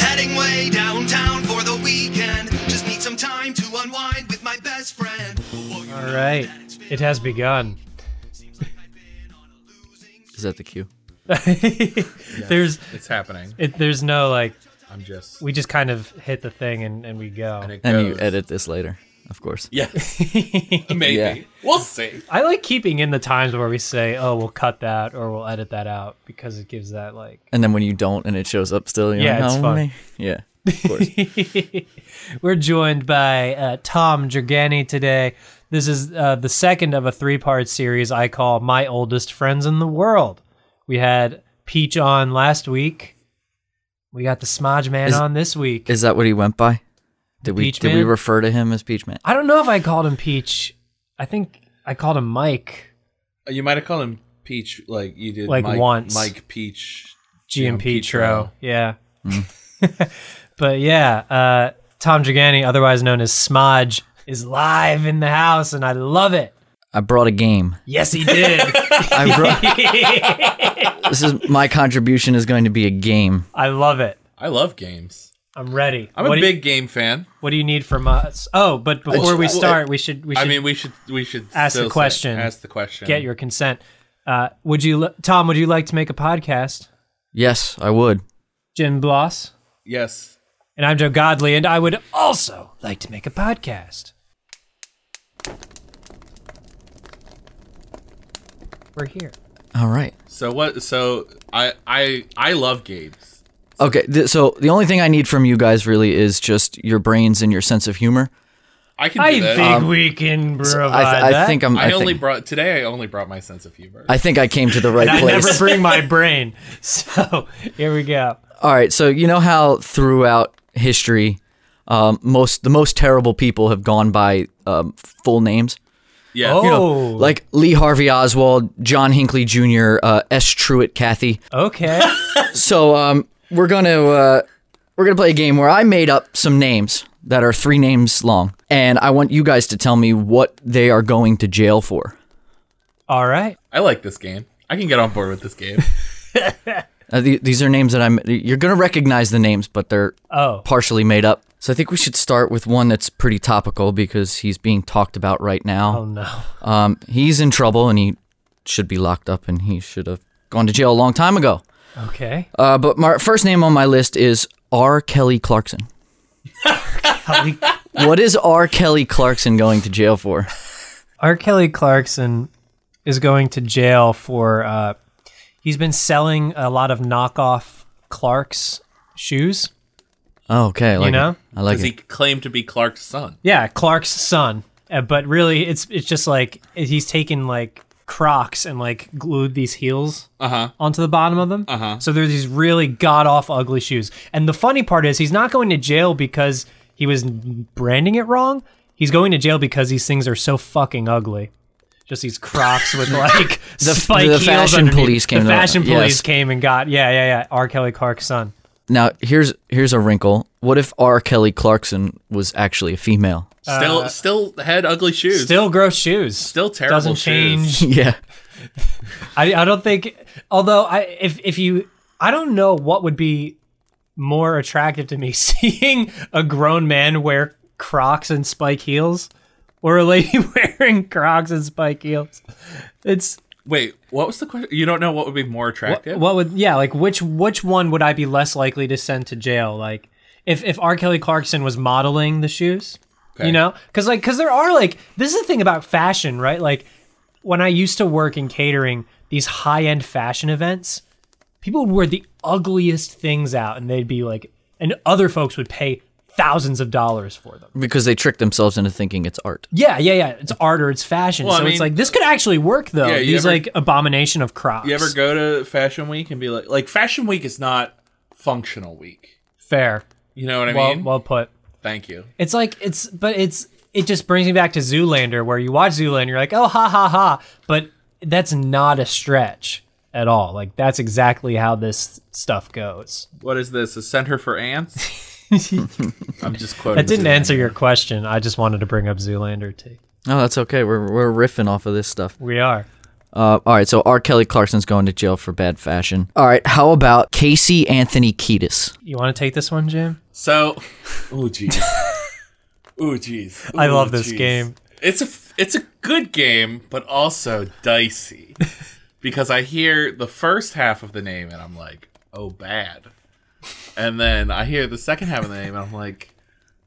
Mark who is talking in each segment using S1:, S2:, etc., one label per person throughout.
S1: Heading way downtown for the weekend. Just need some time to unwind with my best friend.
S2: All right. It has begun.
S3: Is that the cue?
S2: There's
S4: It's happening.
S2: it, there's no like
S4: I'm just.
S2: we just kind of hit the thing and, and we go.
S4: and it
S3: And you
S4: goes.
S3: edit this later, of course.
S4: Yeah. Maybe.
S3: Yeah.
S4: We'll see.
S2: I like keeping in the times where we say, "Oh, we'll cut that or we'll edit that out" because it gives that like
S3: And then when you don't and it shows up still, you're
S2: Yeah,
S3: like,
S2: it's
S3: "Oh,
S2: fun."
S3: man." Yeah, of course.
S2: We're joined by uh, Tom Gergani today. This is uh, the second of a three part series I call My Oldest Friends in the World. We had Peach on last week. We got the Smodge Man
S3: Is-
S2: on this week.
S3: Is that what he went by? Did we
S2: Peach
S3: did we
S2: Man?
S3: refer to him as Peach Man?
S2: I don't know if I called him Peach. I think I called him Mike
S5: Uh,
S4: You might have called him Peach, like you did.
S2: Like
S4: Mike,
S2: once.
S4: Mike Peach.
S2: GMP
S4: GMP
S2: Tro.
S4: Tro.
S2: Yeah.
S3: Mm.
S2: but yeah, uh, Tom Gergani, otherwise known as Smodge, is live in the house and I love it.
S3: I brought a game.
S2: Yes, he did.
S3: I brought, this is my contribution is going to be a game.
S2: I love it.
S4: I love games.
S2: I'm ready.
S4: I'm
S2: what
S4: a
S2: do you-
S4: big game fan.
S2: what do you need from us? Oh, but before we start, we should we should
S4: I mean, we should we should
S2: Ask the
S4: still say-
S2: question.
S4: ask the question.
S2: get your consent. Uh, would you, li- Tom? Would you like to make a podcast?
S3: Yes, I would.
S2: Jim Bloss
S4: yes.
S2: and I'm Joe Godley, and I would also like to make a podcast. We're here.
S3: All right.
S4: So what? So I I I love games.
S3: Okay. Th- so the only thing I need from you guys really is just your brains and your sense of humor.
S4: I can do
S2: I
S4: that.
S2: think we can provide
S3: I, th-
S2: that.
S3: I think I'm. Um, I,
S4: I only
S3: think,
S4: brought today. I only brought my sense of humor.
S3: I think I came to the right
S2: I
S3: place.
S2: never bring my brain. So here we go.
S3: All right, so you know how throughout history, um, most the most terrible people have gone by um, full names,
S4: yeah.
S2: Oh,
S3: like Lee Harvey Oswald, John Hinckley Jr., uh, S. Truett Cathy.
S2: Oh, okay.
S3: So um, we're gonna uh, we're gonna play a game where I made up some names that are three names long, and I want you guys to tell me what they are going to jail for.
S2: All right.
S4: I like this game. I can get on board with this game.
S3: Uh, the, these are names that I'm. You're gonna recognize the names, but they're
S2: Oh,
S3: partially made up. So I think we should start with one that's pretty topical because he's being talked about right
S2: oh
S3: now.
S2: no.
S3: Um, he's in trouble and he should be locked up and he should have gone to jail a long time ago.
S2: Okay.
S3: Uh, but my first name on my list is R. Kelly Clarkson. What is R. Kelly Clarkson going to jail for?
S2: R. Kelly Clarkson is going to jail for uh, he's been selling a lot of knockoff Clark's shoes.
S3: Oh, okay, I like
S2: know?
S3: it. I like
S4: Because
S3: it.
S4: he claimed to be Clark's son.
S2: Yeah, Clark's son. Uh, but really, it's it's just like he's taken like Crocs and like glued these heels
S4: Uh-huh.
S2: onto the bottom of them. Uh-huh. So there's these really god off ugly shoes. And the funny part is he's not going to jail because he was branding it wrong. He's going to jail because these things are so fucking ugly. Just these Crocs with like the, spike
S3: the
S2: heels
S3: fashion
S2: underneath.
S3: police came
S2: The
S3: to-
S2: fashion police
S3: yes.
S2: came and got yeah yeah yeah R Kelly Clark's son.
S3: Now here's here's a wrinkle. What if R. Kelly Clarkson was actually a female?
S4: Still, still had ugly shoes.
S2: Uh, Still gross shoes.
S4: Still terrible
S2: Doesn't
S4: shoes.
S2: change.
S3: yeah.
S2: I, I don't think. Although I, if if you, I don't know what would be more attractive to me: seeing a grown man wear Crocs and spike heels, or a lady wearing Crocs and spike heels. It's
S4: Wait, what was the question? You don't know what would be more attractive?
S2: What would yeah, like which which one would I be less likely to send to jail? Like if if R. Kelly Clarkson was modeling the shoes,
S4: Okay.
S2: you know, because like because there are like this is the thing about fashion, right? Like when I used to work in catering, these high end fashion events, people would wear the ugliest things out, and they'd be like, and other folks would pay thousands of dollars for them.
S3: because they trick themselves into thinking it's art.
S2: Yeah, yeah, yeah. It's art or it's fashion.
S4: Well, I
S2: so
S4: mean-
S2: it's like this could actually work though.
S4: Yeah, you
S2: These
S4: ever-
S2: like abomination of crops.
S4: You ever go to Fashion Week and be like, like Fashion Week is not functional week.
S2: fair?
S4: You know what I
S2: Well,
S4: mean?
S2: well put.
S4: Thank you.
S2: It's like it's, but it's it just brings me back to Zoolander, where you watch Zoolander, you're like, oh ha ha ha, but that's not a stretch at all. Like that's exactly how this stuff goes.
S4: What is this? A center for ants? I'm just quoting.
S2: That didn't
S4: Zoolander.
S2: answer your question. I just wanted to bring up Zoolander too.
S3: No, that's okay. We're we're riffing off of this stuff.
S2: We are.
S3: Uh, all right, so R. Kelly Clarkson's going to jail for bad fashion. All right, how about Casey Anthony Kiedis?
S2: You want to take this one, Jim?
S4: So, oh jeez, oh jeez.
S2: I
S4: Ooh,
S2: love this
S4: jeez.
S2: game.
S4: It's a f- it's a good game, but also dicey because I hear the first half of the name and I'm like, oh bad, and then I hear the second half of the name and I'm like,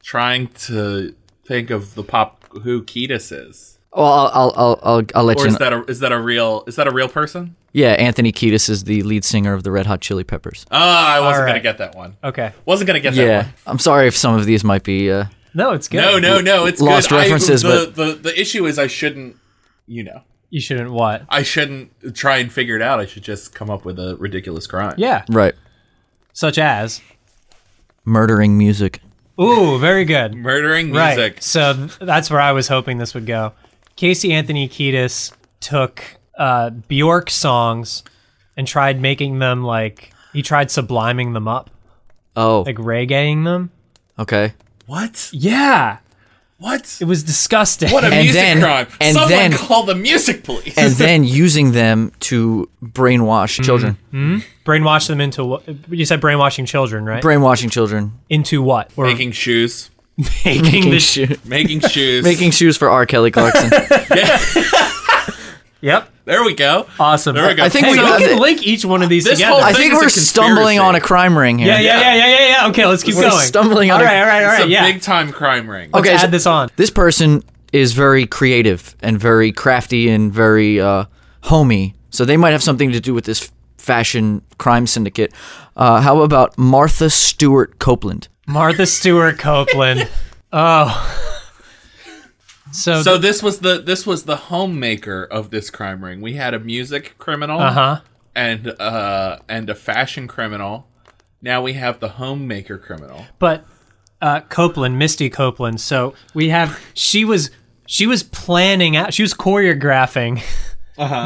S4: trying to think of the pop who Ketis is,
S3: Well, I'll I'll I'll, I'll, I'll let
S4: or
S3: you
S4: is
S3: know.
S4: that a is that a real is that a real person?
S3: yeah, Anthony Kiedis is the lead singer of the Red Hot Chili Peppers.
S4: Ah, I wasn't
S2: All right.
S4: gonna get that one.
S2: Okay.
S4: Wasn't gonna get that
S3: yeah,
S4: one.
S3: I'm sorry if some of these might be. Uh,
S2: No, it's good.
S4: No, no, no. It's
S3: Lost
S4: good. I-
S3: references,
S4: the, the the issue is I shouldn't, you know,
S2: You shouldn't what?
S4: I shouldn't try and figure it out. I should just come up with a ridiculous crime.
S2: Yeah.
S3: right,
S2: Such as.
S3: murdering music.
S2: Ooh, very good.
S4: murdering
S2: Right.
S4: music.
S2: So th- that's where I was hoping this would go. Casey Anthony Kiedis took uh, Bjork songs and tried making them like he tried subliming them up,
S3: Oh,
S2: like reggaeing them.
S3: okay.
S4: What?
S2: Yeah,
S4: What?
S2: it was disgusting.
S4: What a
S3: And
S4: music
S3: then-
S4: crime!
S3: and
S4: Someone
S3: then-
S4: call the music police.
S3: And then using them to
S4: Mm-hmm.
S3: brainwash children,
S2: brainwash them into what? You said brainwashing children, right?
S3: brainwashing children,
S2: into what? Or
S4: making shoes.
S2: making, the sh-
S3: sho-
S4: Making shoes.
S3: making shoes for R. Kelly Clarkson.
S2: Yep.
S4: There we go.
S2: Awesome.
S4: There we go.
S3: Uh, I think
S2: Hey,
S3: we
S2: so
S3: got
S2: we can
S3: it.
S2: link each one of these
S4: This
S2: together.
S4: whole
S3: I
S4: thing
S3: think
S4: is Oh, a
S3: we're stumbling
S4: conspiracy.
S3: on a crime ring here.
S2: yeah, yeah, yeah, yeah, yeah, yeah. Okay, let's keep
S3: We're
S2: going.
S3: stumbling on
S2: All
S3: a-
S2: right, all right, all
S4: It's
S2: right.
S4: a
S2: yeah.
S4: big time crime ring.
S3: Okay,
S2: Let's
S3: so-
S2: add this on.
S3: this person is very creative and very crafty and very uh, homey. So they might have something to do with this f- fashion crime syndicate. Uh, how about Martha Stewart Copeland?
S2: Martha Stewart Copeland. Oh. So,
S4: So this was the this was the homemaker of this crime ring. We had a music criminal.
S2: uh
S3: Uh-huh.
S2: huh.
S4: and uh and a fashion criminal. Now we have the homemaker criminal.
S2: But uh, Copeland, Misty Copeland. So we have she was she was planning out she was choreographing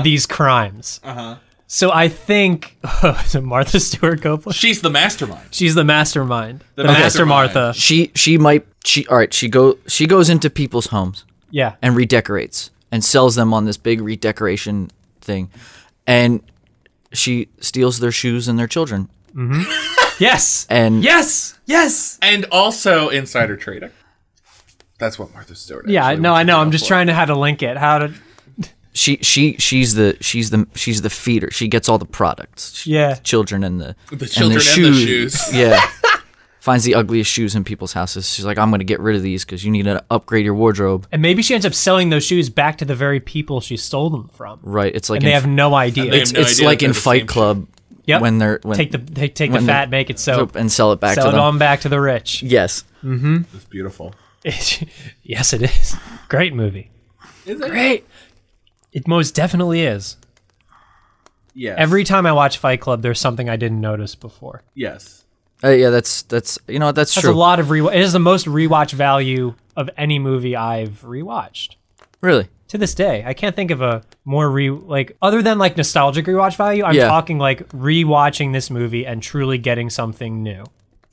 S2: these crimes. Uh-huh. So I think is it Martha Stewart Copeland.
S4: She's the mastermind.
S2: She's the mastermind. The, master
S4: mastermind.
S2: Martha.
S3: She she might she all right. She go she goes into people's homes
S2: Yeah.
S3: and redecorates and sells them on this big redecoration thing, and she steals their shoes and their children.
S2: Yes.
S3: And
S2: Yes. Yes.
S4: And also insider trading. That's what Martha Stewart.
S2: Yeah,
S4: actually
S2: no,
S4: went
S2: I
S4: to
S2: know.
S4: jail
S2: I'm just
S4: for.
S2: trying to how to link it. How to
S3: she she she's the she's the she's the feeder. She gets all the products. She-
S2: Yeah.
S3: the children and the
S4: The children and the shoes.
S3: yeah. Finds the ugliest shoes in people's houses. She's like, I'm gonna get rid of these because you need to upgrade your wardrobe.
S2: and maybe she ends up selling those shoes back to the very people she stole them from.
S3: Right? It's like
S2: And they
S3: in-
S2: have no idea.
S4: they have
S3: it's,
S4: no
S3: it's
S4: idea
S3: like
S4: that
S3: in
S4: they're the
S3: Fight
S4: same
S3: Club
S2: Yep.
S3: when they're when
S2: take the they take the
S3: when
S2: fat,
S3: the-
S2: make it soap,
S3: and sell it back
S2: sell
S3: to
S2: it
S3: them.
S2: on back to the rich.
S3: Yes.
S4: It's beautiful.
S2: yes, it is. Great movie.
S4: Is it?
S2: Great. It most definitely is.
S4: Yes.
S2: Every time I watch Fight Club, there's something I didn't notice before.
S4: yes.
S3: Uh, yeah, that's that's you know what, that's,
S2: That's a
S3: true.
S2: lot of rewatch. It is the most rewatch value of any movie I've rewatched
S3: Really.
S2: to this day. I can't think of a more re like other than like nostalgic rewatch value. I'm
S3: Yeah.
S2: talking like rewatching this movie and truly getting something new.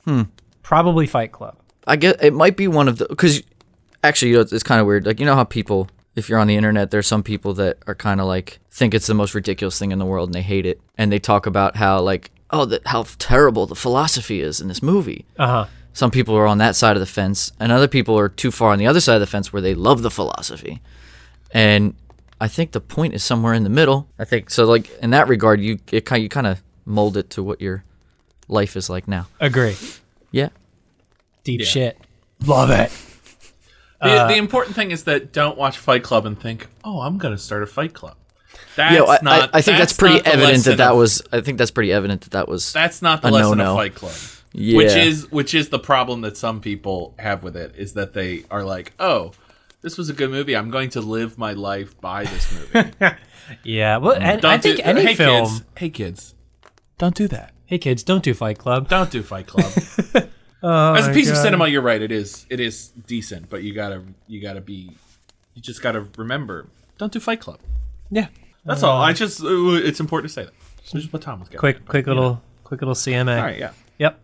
S2: Hmm. Probably Fight Club.
S3: I guess it might be one of the because actually, you know, it's, it's kind of weird. Like you know how people, if you're on the internet, there's some people that are kind of like think it's the most ridiculous thing in the world and they hate it, and they talk about how like oh that how terrible the philosophy is in this movie.
S2: Uh huh.
S3: Some people are on that side of the fence, and other people are too far on the other side of the fence where they love the philosophy. And I think the point is somewhere in the middle. I think so. Like in that regard, you it kind you kind of mold it to what your life is like now.
S2: Agree.
S3: Yeah.
S2: Deep shit. Love it.
S4: The,
S3: Uh,
S4: the important thing is that don't watch Fight Club and think, "Oh, I'm going to start a Fight Club." That's
S3: Yeah, I, I-
S4: not.
S3: I think that's,
S4: not
S3: pretty
S4: the
S3: evident
S4: lesson
S3: that that
S4: of-
S3: was. I think that's pretty evident that that was.
S4: That's not the
S3: a
S4: lesson
S3: no-no.
S4: of Fight Club.
S3: Yeah.
S4: Which is which is the problem that some people have with it is that they are like, "Oh, this was a good movie. I'm going to live my life by this movie."
S2: Yeah. Well, and
S4: Don't
S2: I think
S4: do,
S2: any
S4: hey,
S2: film.
S4: Kids, hey kids, don't do that.
S2: Hey kids, don't do Fight Club.
S4: Don't do Fight Club. As a piece of
S2: Oh God.
S4: cinema, you're right. It is it is decent, but you gotta you gotta be you just gotta remember. Don't do Fight Club.
S2: Yeah.
S4: That's all. I just uh, it's important to say that. So just what Tom was getting.
S2: Quick,
S4: at,
S2: quick
S4: but, you
S2: little,
S4: know.
S2: quick little CMA.
S4: All right, yeah.
S2: Yep.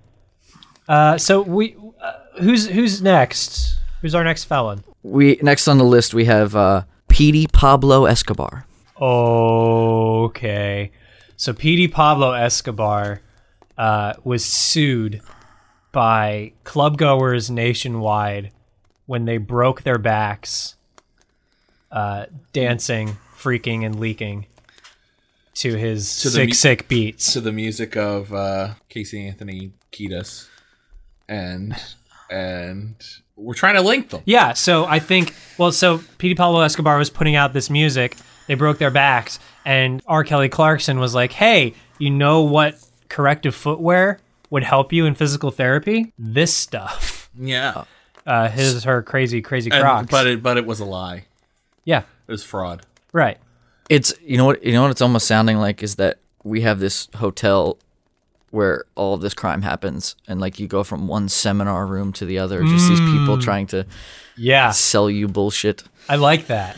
S2: Uh, so we, uh, who's who's next? Who's our next felon?
S3: we next on the list we have uh, Petey Pablo Escobar.
S2: Okay. So PD Pablo Escobar uh, was sued by clubgoers nationwide when they broke their backs uh, dancing, freaking, and leaking to his
S4: To the
S2: sick,
S4: mu-
S2: sick beats.
S4: To the music of uh, Casey Anthony Kiedis, and and we're trying to link them.
S2: Yeah, so I think well, so Pete Pablo Escobar was putting out this music. They broke their backs, and R. Kelly Clarkson was like, "Hey, you know what? Corrective footwear would help you in physical therapy. This stuff,
S4: Yeah,
S2: uh, his her crazy, crazy
S4: And-
S2: Crocs.
S4: but it but it was a lie.
S2: yeah,
S4: It was fraud.
S2: right.
S3: It's you know what you know what it's almost sounding like is that we have this hotel where all of this crime happens, and like you go from one seminar room to the other, just these
S4: Hmm.
S3: people trying to
S2: Yeah,
S3: sell you bullshit.
S2: I like that.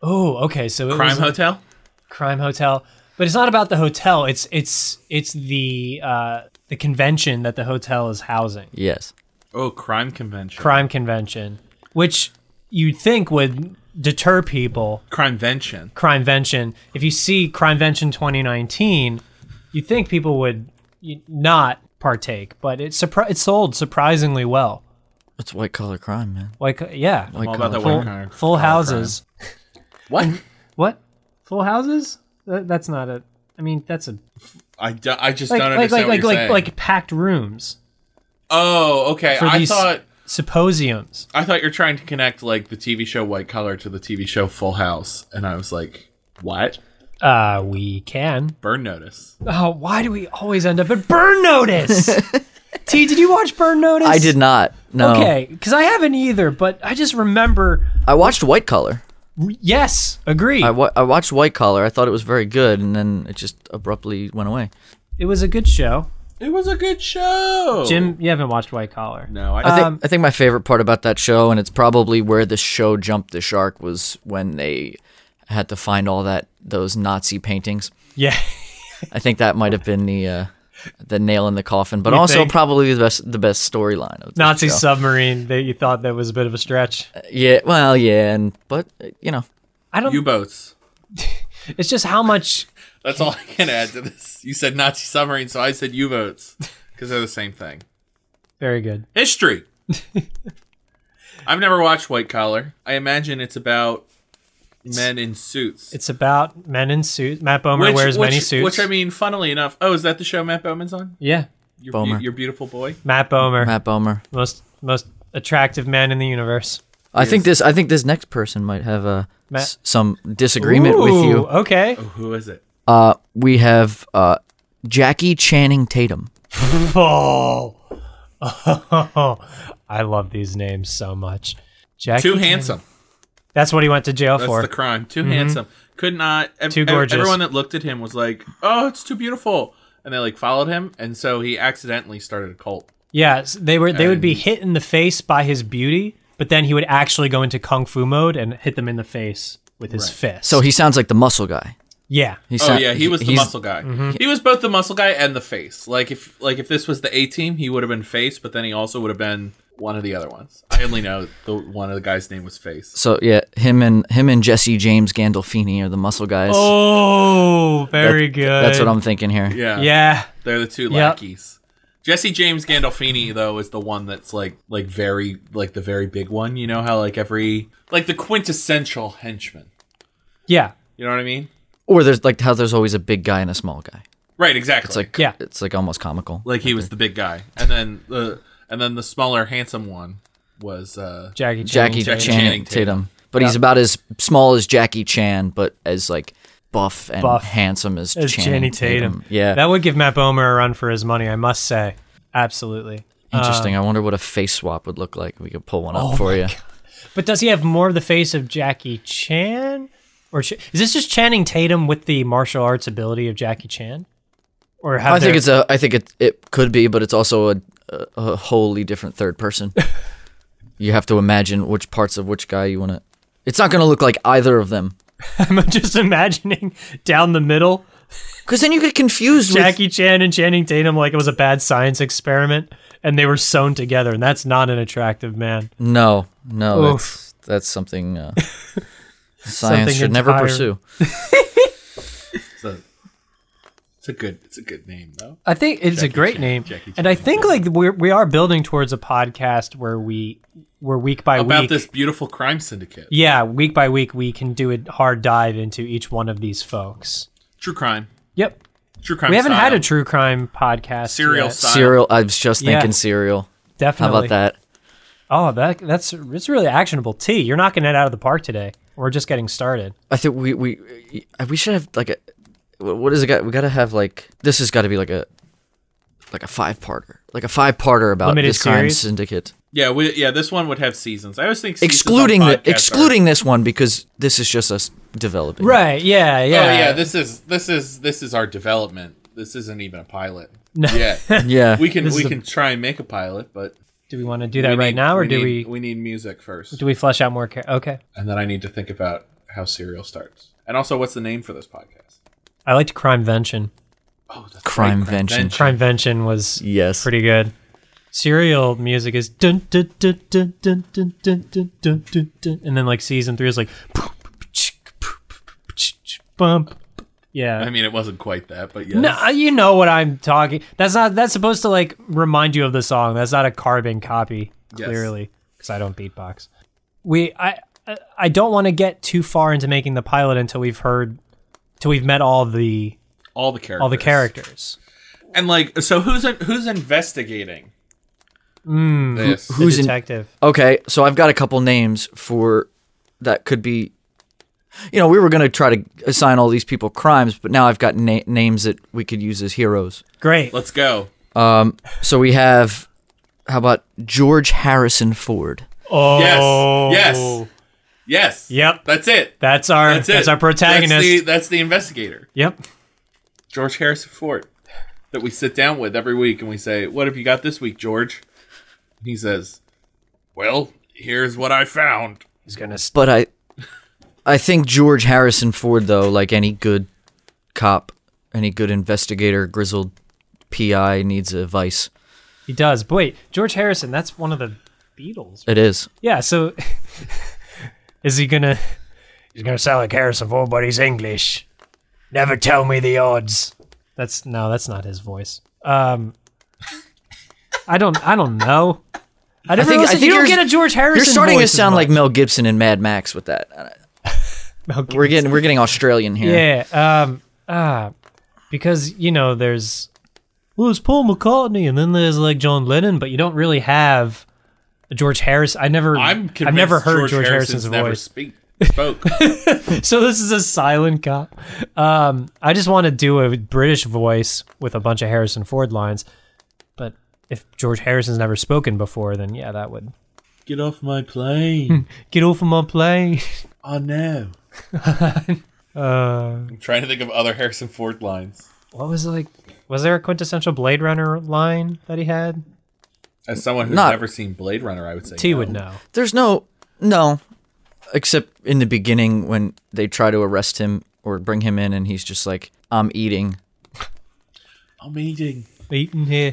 S2: Oh, okay. So it
S4: Crime
S2: was
S4: Hotel.
S2: crime hotel, but it's not about the hotel. It's it's it's the uh, the convention that the hotel is housing.
S3: Yes.
S4: Oh, crime convention.
S2: crime convention, which you'd think would deter people.
S4: Crimevention.
S2: Crimevention. If you see Crimevention 2019, you'd think people would y- not partake, but it surpri- it sold surprisingly well.
S3: It's white collar crime, man.
S2: Like, uh, yeah,
S3: White
S4: all about
S3: collar
S4: that
S3: crime.
S4: white
S2: full,
S4: collar-
S2: full
S4: collar
S2: houses.
S4: What?
S2: What? Full houses? Th- that's not a. I mean, that's a
S4: I, do, I just
S2: like
S4: don't
S2: like like like
S4: understand what you're
S2: like,
S4: saying.
S2: like packed rooms
S4: oh, okay.
S2: for
S4: I
S2: these
S4: thought
S2: symposiums.
S4: I thought you're trying to connect like the TV show White Collar to the TV show Full House, and I was like, what?
S2: Uh, we can.
S4: Burn notice.
S2: Oh, why do we always end up at Burn Notice? T, did you watch Burn Notice?
S3: I did not. No.
S2: Okay, because I haven't either, but I just remember.
S3: I watched White Collar.
S2: Yes, agree.
S3: I, wa- I watched White Collar. I thought it was very good, and then it just abruptly went away.
S2: it was a good show.
S4: It was a good show.
S2: Jim, you haven't watched White Collar.
S4: No, I,
S3: I think
S2: Um,
S3: I think my favorite part about that show, and it's probably where the show jumped the shark, was when they had to find all that those Nazi paintings.
S2: Yeah,
S3: I think that might have been the uh, the nail in the coffin, but
S2: You
S3: also
S2: think?
S3: probably the best the best storyline of the
S2: Nazi
S3: show.
S2: submarine. That you thought that was a bit of a stretch.
S3: Yeah, well, yeah, and but uh, you know,
S2: I don't.
S4: U boats.
S2: it's just how much.
S4: That's all I can add to this. You said Nazi submarine, so I said U boats because they're the same thing.
S2: Very good.
S4: History. I've never watched White Collar. I imagine it's about men in suits.
S2: It's about men in suits. Matt Bomer wears many suits.
S4: Which I mean, funnily enough, oh, is that the show Matt Bowman's on?
S2: yeah,
S4: Your,
S3: Bomer.
S4: your beautiful boy.
S2: Matt Bomer,
S3: Matt Bomer.
S2: most most attractive man in the universe.
S3: I think this I think this next person might have uh,
S2: Matt-
S3: s- some disagreement with
S2: Ooh,
S3: you.
S2: Okay.
S4: Who is it?
S3: Uh, we have uh, Jackie Channing Tatum.
S2: Oh. I love these names so much. Jackie
S4: Too
S2: Chan-
S4: handsome.
S2: That's what he went to jail
S4: That's
S2: for.
S4: the crime. Too handsome. Could not.
S2: Mm-hmm.
S4: ev-
S2: Too
S4: ev-
S2: gorgeous.
S4: Everyone that looked at him was like, "Oh, it's too beautiful," and they like followed him, and so he accidentally started a cult.
S2: Yeah, s- they were they would be
S4: And-
S2: hit in the face by his beauty, but then he would actually go into kung fu mode and hit them in the face with his fist.
S3: So he sounds like the muscle guy.
S2: yeah,
S3: He
S4: Oh
S3: sound-
S4: yeah, he was the
S3: he's-
S4: muscle guy. He was both the muscle guy and the face. Like if like if this was the A team, he would have been face, but then he also would have been one of the other ones. I only know the one of the guy's name was face.
S3: So yeah, him and him and Jesse James Gandolfini are the muscle guys.
S2: oh, very good.
S3: That's what I'm thinking here.
S4: Yeah,
S2: Yeah,
S4: They're the two lackeys. Jesse James Gandolfini though is the one that's like like very like the very big one. You know how like every like the quintessential henchman.
S2: Yeah.
S4: You know what I mean?
S3: Or there's like how there's always a big guy and a small guy.
S4: Right, exactly.
S3: It's like
S2: Yeah.
S3: it's like almost comical.
S4: like he was the big guy, and then the and then the smaller, handsome one was uh,
S2: Jackie.
S3: Jackie,
S4: Jackie
S3: Chan
S4: Channing
S3: Tatum.
S4: Tatum.
S3: But he's about as small as Jackie Chan, but as like buff and
S2: Buff
S3: handsome as,
S2: as Channing Tatum.
S3: Yeah.
S2: That would give Matt Bomer a run for his money, I must say. Absolutely.
S3: Interesting. I wonder what a face swap would look like. We could pull one
S2: Oh
S3: up for you.
S2: But does he have more of the face of Jackie Chan? Or Ch- is this just Channing Tatum with the martial arts ability of Jackie Chan? Or have
S3: I think
S2: there-
S3: it's a. I think it it could be, but it's also a a, a wholly different third person. you have to imagine which parts of which guy you want to. It's not going to look like either of them,
S2: I'm just imagining down the middle
S3: because then you get confused.
S2: Jackie Chan and Channing Tatum like it was a bad science experiment and they were sewn together and that's not an attractive man.
S3: with no, no,
S2: Oof.
S3: that's that's something uh, science
S2: Something
S3: should never
S2: entire-
S3: pursue.
S4: it's a, it's a good it's a good name though.
S2: I think it's a
S4: Jackie
S2: great
S4: Chan-
S2: name,
S4: Jackie
S2: and I
S4: Chan.
S2: think like we we are building towards a podcast where we we're week by
S4: About
S2: week.
S4: this beautiful crime syndicate,
S2: yeah, week by week we can do a hard dive into each one of these folks.
S4: true crime,
S2: Yep,
S4: true crime.
S2: we haven't had a
S4: style.
S2: true crime podcast.
S4: Serial
S2: yet.
S4: style.
S3: Cereal. I was just
S2: Yeah.
S3: thinking cereal. How
S2: definitely.
S3: about that?
S2: Oh, that that's it's really actionable. T, you're knocking it out of the park today. We're just getting started.
S3: I think we we we should have like a wh- what is it got we gotta have like this has got to be like a like a five parter like a five parter about
S2: Limited
S3: this crime
S2: series?
S3: syndicate
S4: yeah, we, yeah. This one would have seasons. I always think seasons on
S3: excluding the
S4: podcasts are-
S3: excluding this one because this is just us developing
S2: Right? Yeah. Yeah.
S4: Oh yeah, this is this is this is our development. This isn't even a pilot. Yeah,
S3: yeah
S4: we can
S2: This is
S4: we
S2: the-
S4: can try and make a pilot, but
S2: do we want to do that
S4: we
S2: right
S4: need-
S2: now, or do
S4: need-
S2: we
S4: We need music first,
S2: do we flesh out more? Car- okay.
S4: and then I need to think about how serial starts, and also what's the name for this podcast?
S2: I liked crimevention.
S4: Oh, that's
S3: Crimevention.
S2: Crimevention was
S3: yes
S2: pretty good. Serial music is dun dun dun dun dun dun dun dun dun dun, dun. and then like season three is like bump.
S4: I
S2: Yeah.
S4: mean, it wasn't quite that, but yes.
S2: No, uh, you know what I'm talking. That's not. That's supposed to like remind you of the song. That's not a carbon copy,
S4: Yes.
S2: clearly, because I don't beatbox. We, I, I- I don't want to get too far into making the pilot until we've heard, till we've met all the
S4: all the characters.
S2: all the characters.
S4: And like, so who's who's investigating?
S2: Hmm.
S4: This.
S2: The
S3: who's in
S2: detective?
S3: okay so I've got a couple names for that could be you know we were gonna try to assign all these people crimes but now I've got na- names that we could use as heroes
S2: Great.
S4: Let's go.
S3: so we have how about George Harrison Ford.
S2: Oh.
S4: Yes. Yes. Yes.
S2: Yep.
S4: That's it.
S2: That's our
S4: That's
S2: that's,
S4: it.
S2: our protagonist.
S4: That's the, that's the investigator,
S2: yep.
S4: George Harrison Ford, that we sit down with every week and we say, "What have you got this week, George?" And he says, "Well, here's what I found."
S2: He's gonna
S3: But I, I think George Harrison Ford, though, like any good cop, any good investigator, grizzled PI, needs a vice.
S2: He does. But wait, George Harrison, that's one of the Beatles.
S3: It is.
S2: Yeah, so is he gonna He's gonna sound like Harrison Ford, but he's English. Never tell me the odds. That's no, that's not his voice. Um I don't I don't know. I never
S3: think-
S2: listen-
S3: I think
S2: you don't
S3: you're-
S2: get a George Harrison.
S3: You're starting to
S2: voice as
S3: sound
S2: much.
S3: like Mel Gibson and Mad Max with that. Uh,
S2: Mel Gibson.
S3: We're getting we're getting Australian here.
S2: Yeah. Um. Ah. because you know, there's well, there's Paul McCartney, and then there's like John Lennon, but you don't really have a George Harris. I never.
S4: I'm convinced
S2: I've never heard
S4: George, Harrison's, never
S2: voice.
S4: speak spoke.
S2: So this is a silent cop. Um. I just want to do a British voice with a bunch of Harrison Ford lines, but if George Harrison's never spoken before, then yeah, that would
S4: Get off my plane!
S2: get off of my plane.
S4: oh no! I'm trying to think of other Harrison Ford lines.
S2: What was like? Was there a quintessential Blade Runner line that he had?
S4: As someone who's
S3: Not-
S4: never seen Blade Runner, I would say
S2: T
S4: no.
S2: would know.
S3: There's no no, except in the beginning when they try to arrest him or bring him in, and he's just like, "I'm eating."
S4: I'm eating.
S2: Eating here.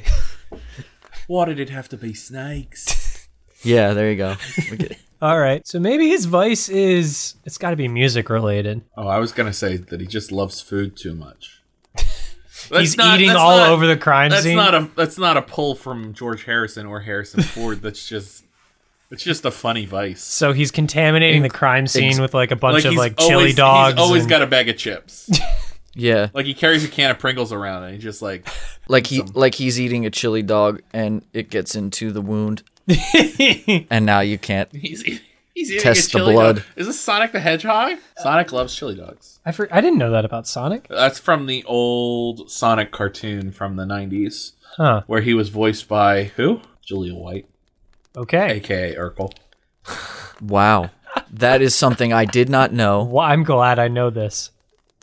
S4: Why did it have to be snakes?
S3: Yeah, there you go. We get-
S2: All right. So maybe his vice is it's got to be music related.
S4: oh, I was gonna say that he just loves food too much.
S2: He's eating all over the crime
S4: that's
S2: scene.
S4: Not a, that's not a pull from George Harrison or Harrison Ford. that's just It's just a funny vice.
S2: So he's contaminating the crime scene with like a bunch of
S4: he's
S2: like chili
S4: always,
S2: dogs.
S4: He's always
S2: and-
S4: got a bag of chips.
S3: Yeah,
S4: like he carries a can of Pringles around, and he's just like,
S3: like he like he's eating a chili dog and it gets into the wound, and now you can't.
S4: he's he's eating
S3: Test
S4: a
S3: the
S4: chili
S3: blood.
S4: Dog. Is this Sonic the Hedgehog? Sonic loves chili dogs.
S2: I, for- I didn't know that about Sonic.
S4: That's from the old Sonic cartoon from the '90s,
S2: Huh.
S4: where he was voiced by who? Julia White,
S2: Okay.
S4: aka Urkel.
S3: Wow, that is something I did not know.
S2: Well, I'm glad I know this.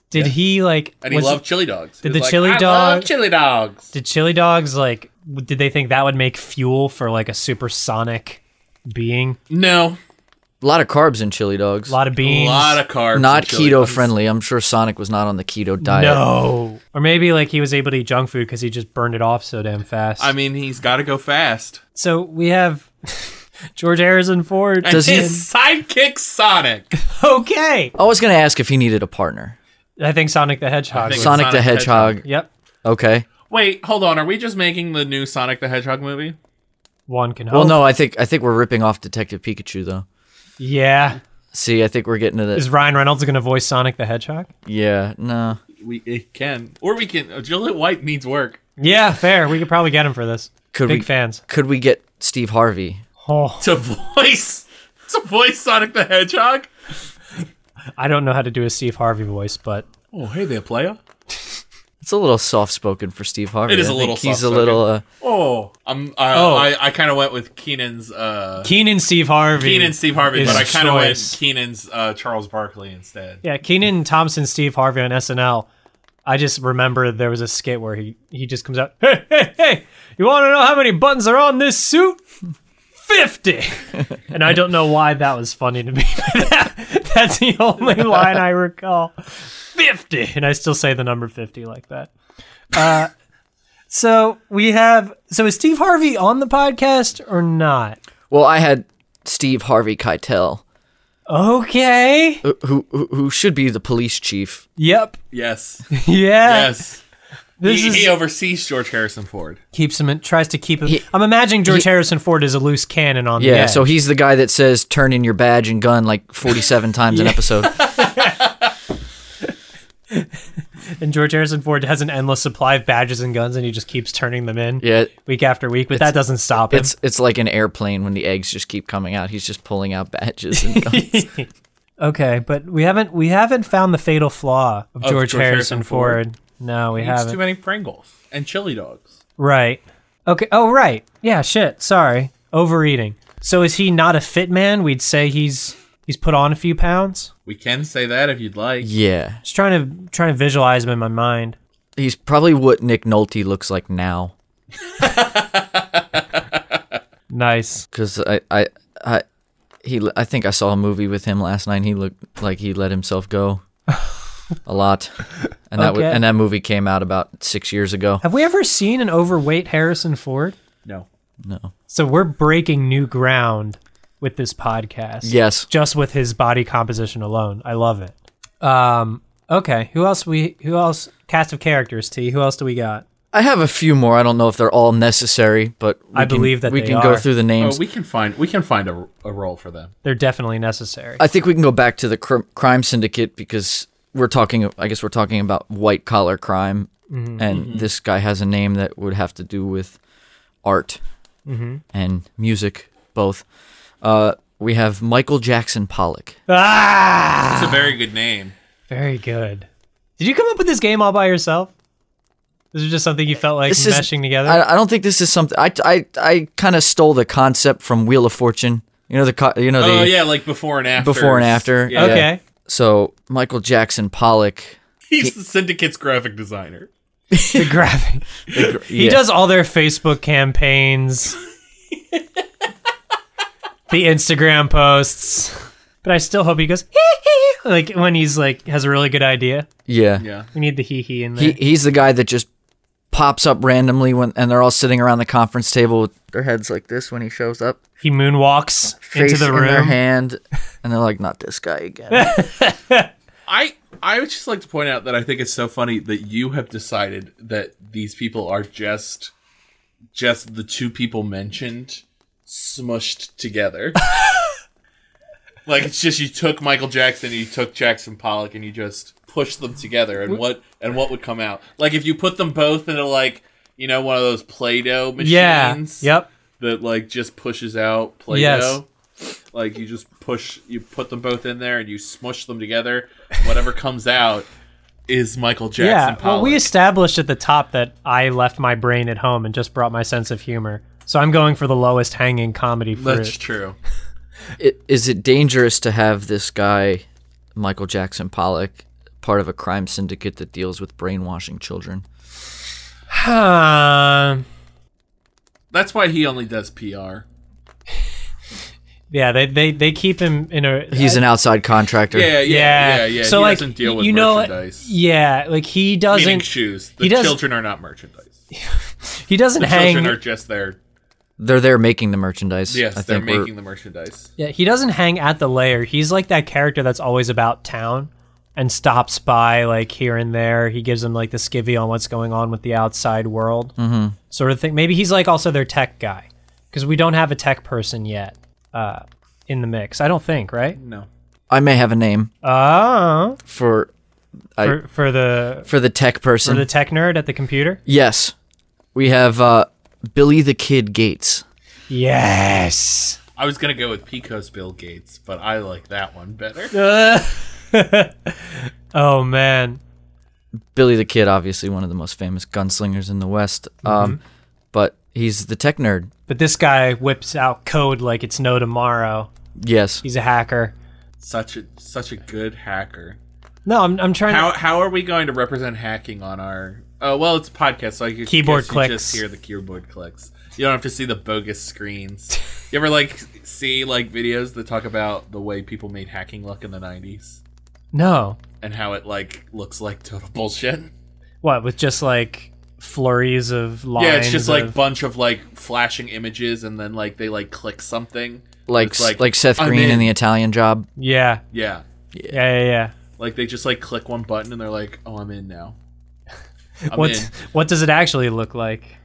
S2: Did he like?
S4: And he
S2: was-
S4: loved chili dogs. He
S2: did
S4: was
S2: the
S4: like,
S2: chili
S4: "I
S2: dog-
S4: love chili dogs?
S2: Did chili dogs like? w- Did they think that would make fuel for like a supersonic being?
S4: No,
S3: A lot of carbs in chili dogs.
S2: A lot of
S4: a
S2: beans.
S4: lot of carbs.
S3: not
S4: in chili
S3: keto
S4: dogs.
S3: friendly. I'm sure Sonic was not on the keto diet.
S2: No. Or maybe like he was able to eat junk food because he just burned it off so damn fast.
S4: I mean, he's got to go fast.
S2: so we have George Harrison Ford.
S4: And
S3: Does he-
S4: his sidekick Sonic?
S2: okay.
S3: I was gonna ask if he needed a partner.
S2: I think Sonic the Hedgehog.
S4: I think-
S3: Sonic, the
S4: Sonic the
S3: Hedgehog.
S2: yep.
S3: Okay.
S4: Wait, hold on. Are we just making the new Sonic the Hedgehog movie?
S2: One can hope.
S3: Well, no, I think I think we're ripping off Detective Pikachu though.
S2: Yeah.
S3: See, I think we're getting to
S2: Is
S3: this.
S2: Ryan Reynolds going to voice Sonic the Hedgehog?
S3: Yeah, no.
S4: We it can, or we can. uh, Juliet White needs work.
S2: Yeah, fair. We could probably get him for this.
S3: Could
S2: Big
S3: we
S2: fans.
S3: could we get Steve Harvey?
S2: Oh,
S4: to voice to voice Sonic the Hedgehog.
S2: I don't know how to do a Steve Harvey voice, but
S4: Oh, hey there, player.
S3: It's a little soft spoken for Steve Harvey.
S4: It is
S3: I
S4: a
S3: think
S4: little
S3: He's a
S4: soft-spoken.
S3: little. Uh,
S4: Oh, I'm. I
S2: Oh.
S4: I, I kind of went with Keenan's. Uh,
S2: Keenan Steve Harvey.
S4: Keenan Steve Harvey,
S2: is
S4: but I
S2: his
S4: kind of went
S2: choice.
S4: Keenan's uh, Charles Barkley instead.
S2: Yeah, Keenan Thompson Steve Harvey on SNL. I just remember there was a skit where he he just comes out, hey hey hey, you want to know how many buttons are on this suit? Fifty. and I don't know why that was funny to me. That- That's the only line I recall. Fifty, and I still say the number fifty like that. Uh, so we have so is Steve Harvey on the podcast or not?
S3: well, I had Steve Harvey Keitel,
S2: Okay.
S3: who, who who should be the police chief.
S2: Yep.
S4: Yes,
S2: Yeah.
S4: yes.
S2: This
S4: he,
S2: is
S4: he oversees George Harrison Ford.
S2: keeps him in, tries to keep him.
S3: He-
S2: I'm imagining George
S3: he-
S2: Harrison Ford is a loose cannon on
S3: Yeah,
S2: the edge.
S3: so he's the guy that says "turn in your badge and gun" like forty-seven times an episode.
S2: and George Harrison Ford has an endless supply of badges and guns, and he just keeps turning them in
S3: Yeah,
S2: week after week. But that doesn't stop him.
S3: it's it's like an airplane when the eggs just keep coming out. He's just pulling out badges and guns.
S2: Okay, but we haven't we haven't found the fatal flaw of, George,
S4: George
S2: Harrison,
S4: Harrison
S2: Ford. No, we
S4: Eats too
S2: haven't.
S4: many Pringles and chili dogs.
S2: Right. Okay. Oh, right. Yeah. Shit. Sorry. Overeating. So is he not a fit man? We'd say he's he's put on a few pounds.
S4: We can say that if you'd like.
S3: yeah,
S2: Just trying to trying to visualize him in my mind.
S3: he's probably what Nick Nolte looks like now.
S2: Nice.
S3: because I, I, I, he, I think I saw a movie with him last night. And he looked like he let himself go a lot, and that wa-
S2: Okay.
S3: and that movie came out about six years ago.
S2: Have we ever seen an overweight Harrison Ford?
S4: No.
S2: So we're breaking new ground with this podcast.
S3: Yes.
S2: Just with his body composition alone. I love it. Um okay, who else we who else cast of characters, T. Who else do we got?
S3: I have a few more. I don't know if they're all necessary, but we
S2: I
S3: can-
S2: believe that
S3: we
S2: they
S3: can
S2: are.
S3: go through the
S4: Oh,
S3: names.
S4: we can find we can find a, a role for them.
S2: They're definitely necessary.
S3: I think we can go back to the cr- crime syndicate because we're talking. I guess we're talking about white collar crime,
S2: Mm-hmm.
S3: and this guy has a name that would have to do with art
S2: Mm-hmm.
S3: and music, both. Uh, we have Michael Jackson Pollock.
S2: ah,
S4: It's a very good name.
S2: very good. Did you come up with this game all by yourself? This is just something you felt like
S3: This is-
S2: meshing together.
S3: I, I don't think this is something. I I, I kind of stole the concept from Wheel of Fortune. You know the co- you know the
S4: oh yeah, like before and after.
S3: Ah. before and after.
S4: Yeah.
S2: okay.
S3: So Michael Jackson Pollock.
S4: He's the syndicate's graphic designer.
S2: The graphic. He
S3: Yeah.
S2: does all their Facebook campaigns, the Instagram posts. But I still hope he goes hee hee like when he's like has a really good idea.
S3: Yeah.
S4: Yeah.
S2: We need the hee hee in there.
S3: He he's the guy that just pops up randomly when and they're all sitting around the conference table with their heads like this when he shows up,
S2: He moonwalks
S3: face
S2: into the
S3: in their
S2: room.
S3: hand, and they're like, "Not this guy again."
S4: I I would just like to point out that I think it's so funny that you have decided that these people are just just the two people mentioned smushed together. like it's just you took Michael Jackson, you took Jackson Pollock, and you just pushed them together, and what and what would come out? Like if you put them both into like you know one of those Play-Doh
S2: Yeah.
S4: machines.
S2: Yep.
S4: That like just pushes out Play-Doh.
S2: Yes.
S4: Like you just push, you put them both in there, and you smush them together. Whatever comes out is Michael Jackson.
S2: Yeah. Well,
S4: Pollock.
S2: we established at the top that I left my brain at home and just brought my sense of humor. So I'm going for the lowest hanging comedy fruit.
S4: That's true.
S3: It, is it dangerous to have this guy, Michael Jackson Pollock, part of a crime syndicate that deals with brainwashing children?
S2: Um,
S4: That's why he only does PR.
S2: yeah, they, they they keep him in a.
S3: He's an outside contractor.
S4: Yeah, yeah, yeah, yeah.
S2: So
S4: he
S2: like,
S4: doesn't deal with
S2: you know,
S4: merchandise.
S2: yeah, like he doesn't.
S4: Meaning shoes. The
S2: he does-
S4: children are not merchandise.
S2: he doesn't
S4: The
S2: hang.
S4: children are just there.
S3: They're there making the merchandise.
S4: Yes,
S3: I
S4: they're
S3: think we're-
S4: making the merchandise.
S2: Yeah, he doesn't hang at the lair. He's like that character that's always about town and stops by like here and there. He gives them like the skivvy on what's going on with the outside world, mm-hmm. sort of thing. Maybe he's like also their tech guy because we don't have a tech person yet uh, in the mix. I don't think, right?
S4: No.
S3: I may have a name
S2: Oh,
S3: for I-
S2: for, for the
S3: for the tech
S2: for
S3: person.
S2: the tech nerd at the computer.
S3: yes, we have uh, Billy the Kid Gates.
S2: Yes.
S4: I was gonna go with Pico's Bill Gates, but I like that one better.
S2: Oh man.
S3: Billy the Kid, obviously one of the most famous gunslingers in the West, um,
S2: Mm-hmm.
S3: but he's the tech nerd.
S2: But this guy whips out code like it's no tomorrow.
S3: Yes,
S2: He's a hacker.
S4: Such a such a good hacker.
S2: No, I'm, I'm trying
S4: How how are we going to represent hacking on our? Oh well, it's a podcast, so I guess
S2: Keyboard
S4: you
S2: clicks.
S4: Just hear the keyboard clicks. You don't have to see the bogus screens. You ever like see like videos that talk about the way people made hacking look in the '90s
S2: to. No.
S4: and how it like looks like total bullshit?
S2: What with just like flurries of lines?
S4: Yeah, it's just like
S2: of-
S4: bunch of like flashing images, and then like they like click something.
S3: like
S4: It's
S3: like, Seth
S4: I'm
S3: Green in.
S4: in.
S3: the Italian Job.
S2: yeah,
S4: Yeah,
S2: yeah, yeah. yeah.
S4: like they just like click one button, and they're like, "Oh, I'm in now." I'm
S2: What
S4: in.
S2: what does it actually look like,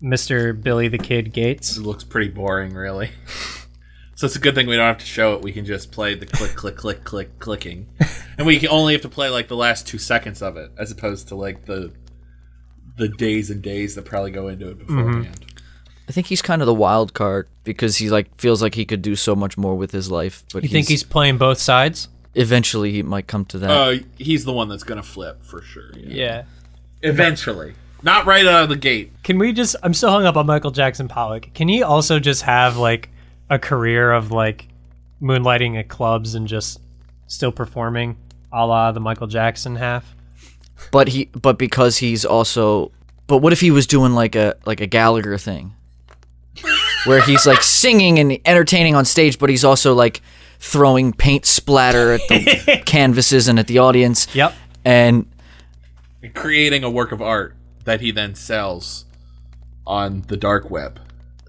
S2: Mister Billy the Kid Gates?
S4: It looks pretty boring, really. so it's a good thing we don't have to show it. We can just play the click, click, click, click, clicking, and we can only have to play like the last two seconds of it, as opposed to like the the days and days that probably go into it beforehand.
S3: I think he's kind of the wild card because he like feels like he could do so much more with his life. But
S2: You think he's playing both sides?
S3: eventually he might come to that.
S4: Uh, he's the one that's gonna flip for sure. yeah.
S2: Yeah.
S4: Eventually, not right out of the gate.
S2: Can we just? I'm still hung up on Michael Jackson Pollock. Can he also just have like a career of like moonlighting at clubs and just still performing, a la the Michael Jackson half?
S3: but he but because he's also but what if he was doing like a like a Gallagher thing where he's like singing and entertaining on stage but he's also like throwing paint splatter at the canvases and at the audience
S2: Yep.
S3: and
S4: creating a work of art that he then sells on the dark web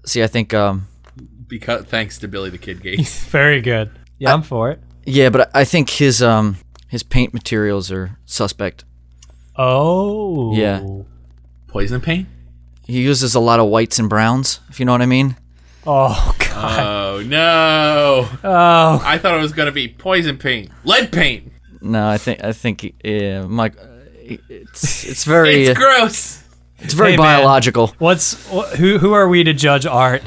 S3: see I think um
S4: because thanks to Billy the Kid Gates.
S2: Very good. Yeah, I'm for it.
S3: yeah but I I think his um his paint materials are suspect
S2: Oh.
S3: Yeah.
S4: Poison paint?
S3: he uses a lot of whites and browns if you know what I mean
S2: Oh god.
S4: Oh no.
S2: Oh.
S4: I thought it was going to be poison paint. Lead paint.
S3: no I think I think he- yeah Mike uh, it's it's very
S4: It's
S3: it's,
S4: gross.
S3: very
S2: Hey, man.
S3: biological
S2: What's wh- who? Who are we to judge art?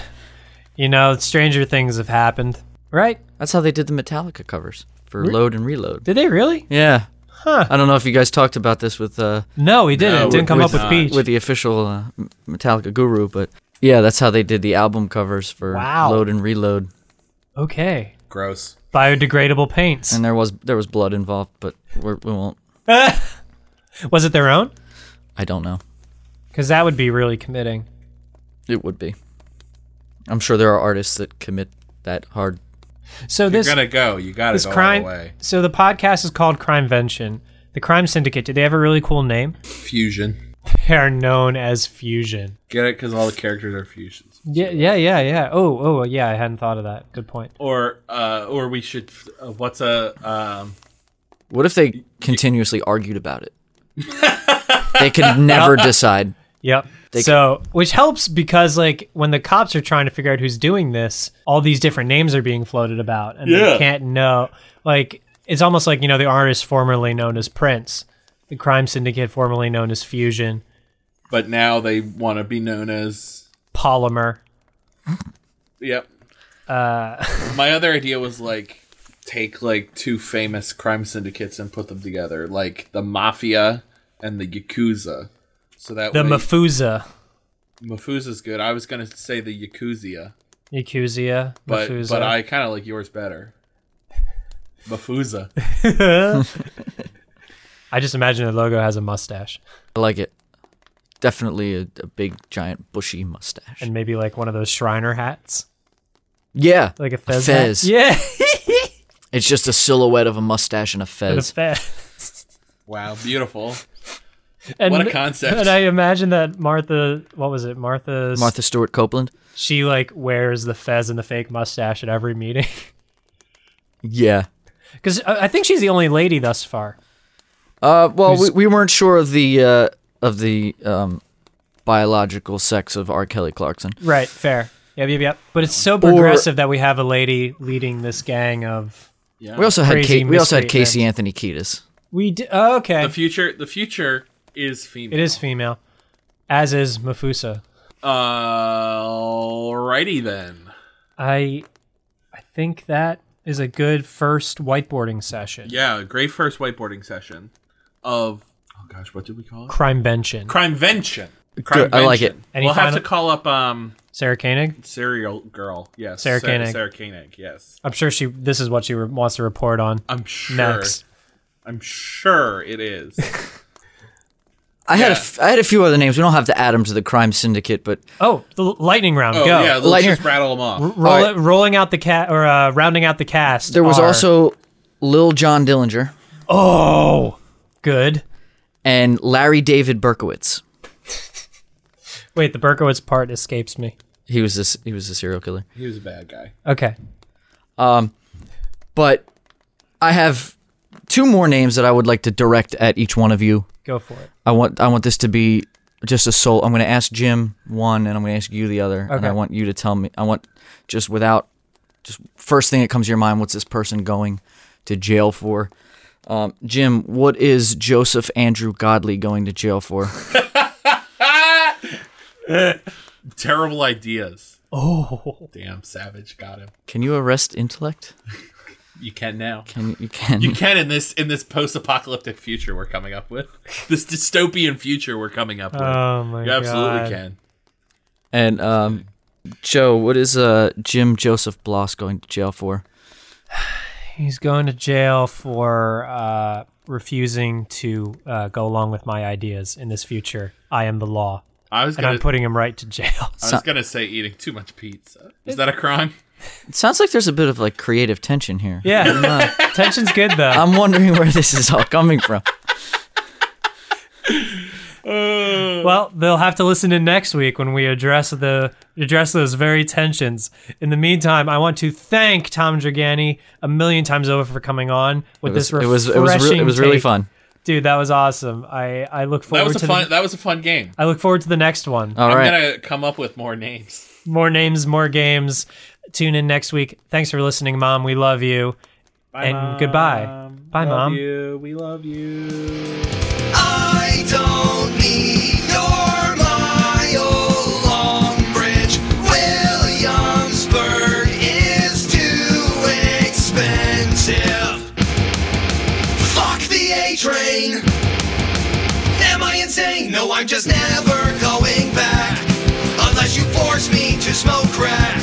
S2: You know, stranger things have happened, right?
S3: That's how they did the Metallica covers for Load and Reload.
S2: Did they really?
S3: Yeah. Huh. I don't know if you guys talked about this with uh
S2: No, we didn't.
S4: No,
S2: it didn't come up with
S4: not.
S2: Peach.
S3: with the official uh, M- Metallica guru, but yeah, that's how they did the album covers for
S2: Wow.
S3: Load and Reload.
S2: okay,
S4: Gross.
S2: biodegradable paints.
S3: And there was there was blood involved, but we're, we won't.
S2: Was it their own?
S3: I don't know.
S2: Because that would be really committing.
S3: It would be. I'm sure there are artists that commit that hard.
S2: So
S4: You're
S2: this
S4: going to go. You got to
S2: this
S4: go
S2: crime.
S4: all the way.
S2: So the podcast is called Crimevention. The Crime Syndicate. Did they have a really cool name?
S4: Fusion.
S2: They are known as Fusion.
S4: Get it cuz all the characters are fusions.
S2: Yeah, yeah, yeah, yeah. Oh, oh, yeah. I hadn't thought of that. Good point.
S4: Or uh or we should uh, what's a um
S3: What if they continuously argued about it? they could never decide.
S2: Yep. so, which helps because like when the cops are trying to figure out who's doing this, all these different names are being floated about, and they
S5: Yeah.
S2: can't know. Like it's almost like you know the artist formerly known as Prince, the crime syndicate formerly known as Fusion,
S4: But now they want to be known as.
S2: Polymer.
S4: Yep. Uh, My other idea was like take like two famous crime syndicates and put them together, like the mafia and the yakuza. So that
S2: The
S4: way,
S2: Mafuza,
S4: Mafuza's good. I was gonna say the yakuza,
S2: Yakuza,
S4: but
S2: Mafuza.
S4: but I kind of like yours better. Mafuza.
S2: I just imagine the logo has a mustache
S3: I like it. Definitely a, a big, giant, bushy mustache.
S2: and maybe like one of those Shriner hats,
S3: yeah,
S2: like a fez. hat.
S3: fez.
S2: Yeah,
S3: It's just a silhouette of a mustache and a
S2: a
S3: fez.
S2: fez.
S4: Wow, beautiful.
S2: And,
S4: What a concept.
S2: And I imagine that Martha, what was it, Martha?
S3: Martha Stewart Copeland.
S2: She like wears the fez and the fake mustache at every meeting
S3: Yeah.
S2: because I I think she's the only lady thus far.
S3: Uh, well, we, we weren't sure of the uh, of the um, biological sex of R. Kelly Clarkson.
S2: Right. Fair. Yep. Yep. Yep. But it's so progressive that we have a lady leading this gang of.
S3: We also had
S2: Crazy
S3: Kate, we also had
S2: mystery
S3: Casey Anthony Kiedis.
S2: We d- oh, okay.
S4: The future. The future is female.
S2: it is female, as is Mafusa.
S4: Alrighty then.
S2: I, I think that is a good first whiteboarding session.
S4: Yeah, great first whiteboarding session of oh gosh, what did we call it?
S2: Crime benching.
S4: Crimevention.
S3: Good, I like it.
S4: Crimevention.
S2: Any
S4: we'll have
S2: final-
S4: to call up um
S2: Sarah Koenig.
S4: serial girl. Yes,
S2: Sarah
S4: Sarah
S2: Koenig.
S4: Sarah Koenig. Yes,
S2: I'm sure she. This is what she re- wants to report on
S4: I'm sure.
S2: next.
S4: I'm sure it is.
S3: I had a
S4: Yeah.
S3: f- I had a few other names. We don't have to add them to the crime syndicate, but
S2: Oh, the l- lightning round.
S4: Oh
S2: Go.
S4: yeah, let's
S3: Lightyear.
S4: just rattle them off.
S2: Roll,
S3: All right.
S2: Rolling out the cat or uh, rounding out the cast.
S3: there was
S2: are-
S3: also Lil John Dillinger
S2: oh good.
S3: and Larry David Berkowitz.
S2: Wait, the Berkowitz part escapes me.
S3: He was this he was a serial killer.
S4: He was a bad guy.
S2: Okay,
S3: But I have two more names that I would like to direct at each one of you.
S2: go for it.
S3: I want I want this to be just a soul. I'm going to ask Jim one, and I'm going to ask you the other, and
S2: Okay.
S3: I want you to tell me. I want just without just first thing that comes to your mind. What's this person going to jail for? Um, Jim, what is Joseph Andrew Godley going to jail for?
S4: Terrible ideas. Oh damn, savage got him.
S3: Can you arrest intellect?
S4: You can now.
S3: Can you can?
S4: You can in this in this post-apocalyptic future we're coming up with. This dystopian future we're coming up with.
S2: Oh my
S4: you absolutely
S2: God.
S4: can.
S3: and um, Joe, what is uh, Jim Joseph Bloss going to jail for?
S2: He's going to jail for uh, refusing to uh, go along with my ideas in this future. I am the law,
S4: I was
S2: and
S4: gonna
S2: I'm putting him right to jail.
S4: I was gonna say eating too much pizza. Is that a crime?
S3: It sounds like there's a bit of like creative tension here.
S2: Yeah, tension's good though.
S3: I'm wondering where this is all coming from.
S2: Well, they'll have to listen in next week when we address the address those very tensions. In the meantime, I want to thank Tom Dragani a million times over for coming on with
S3: It was
S2: this
S3: it was
S2: refreshing.
S3: it was, re- it was really
S2: take.
S3: fun.
S2: dude. That was awesome. I I look forward
S4: That was
S2: to
S4: a fun.
S2: The,
S4: that was a fun game.
S2: I look forward to the next one.
S3: All
S4: I'm
S3: right.
S4: gonna come up with more names.
S2: More names, more games. Tune in next week. Thanks for listening, mom. We love you. and goodbye. Bye, mom.
S4: We love you.
S1: I don't need your mile-long bridge. Williamsburg is too expensive. Fuck the A train. Am I insane? No, I'm just never going back unless you force me to smoke crack.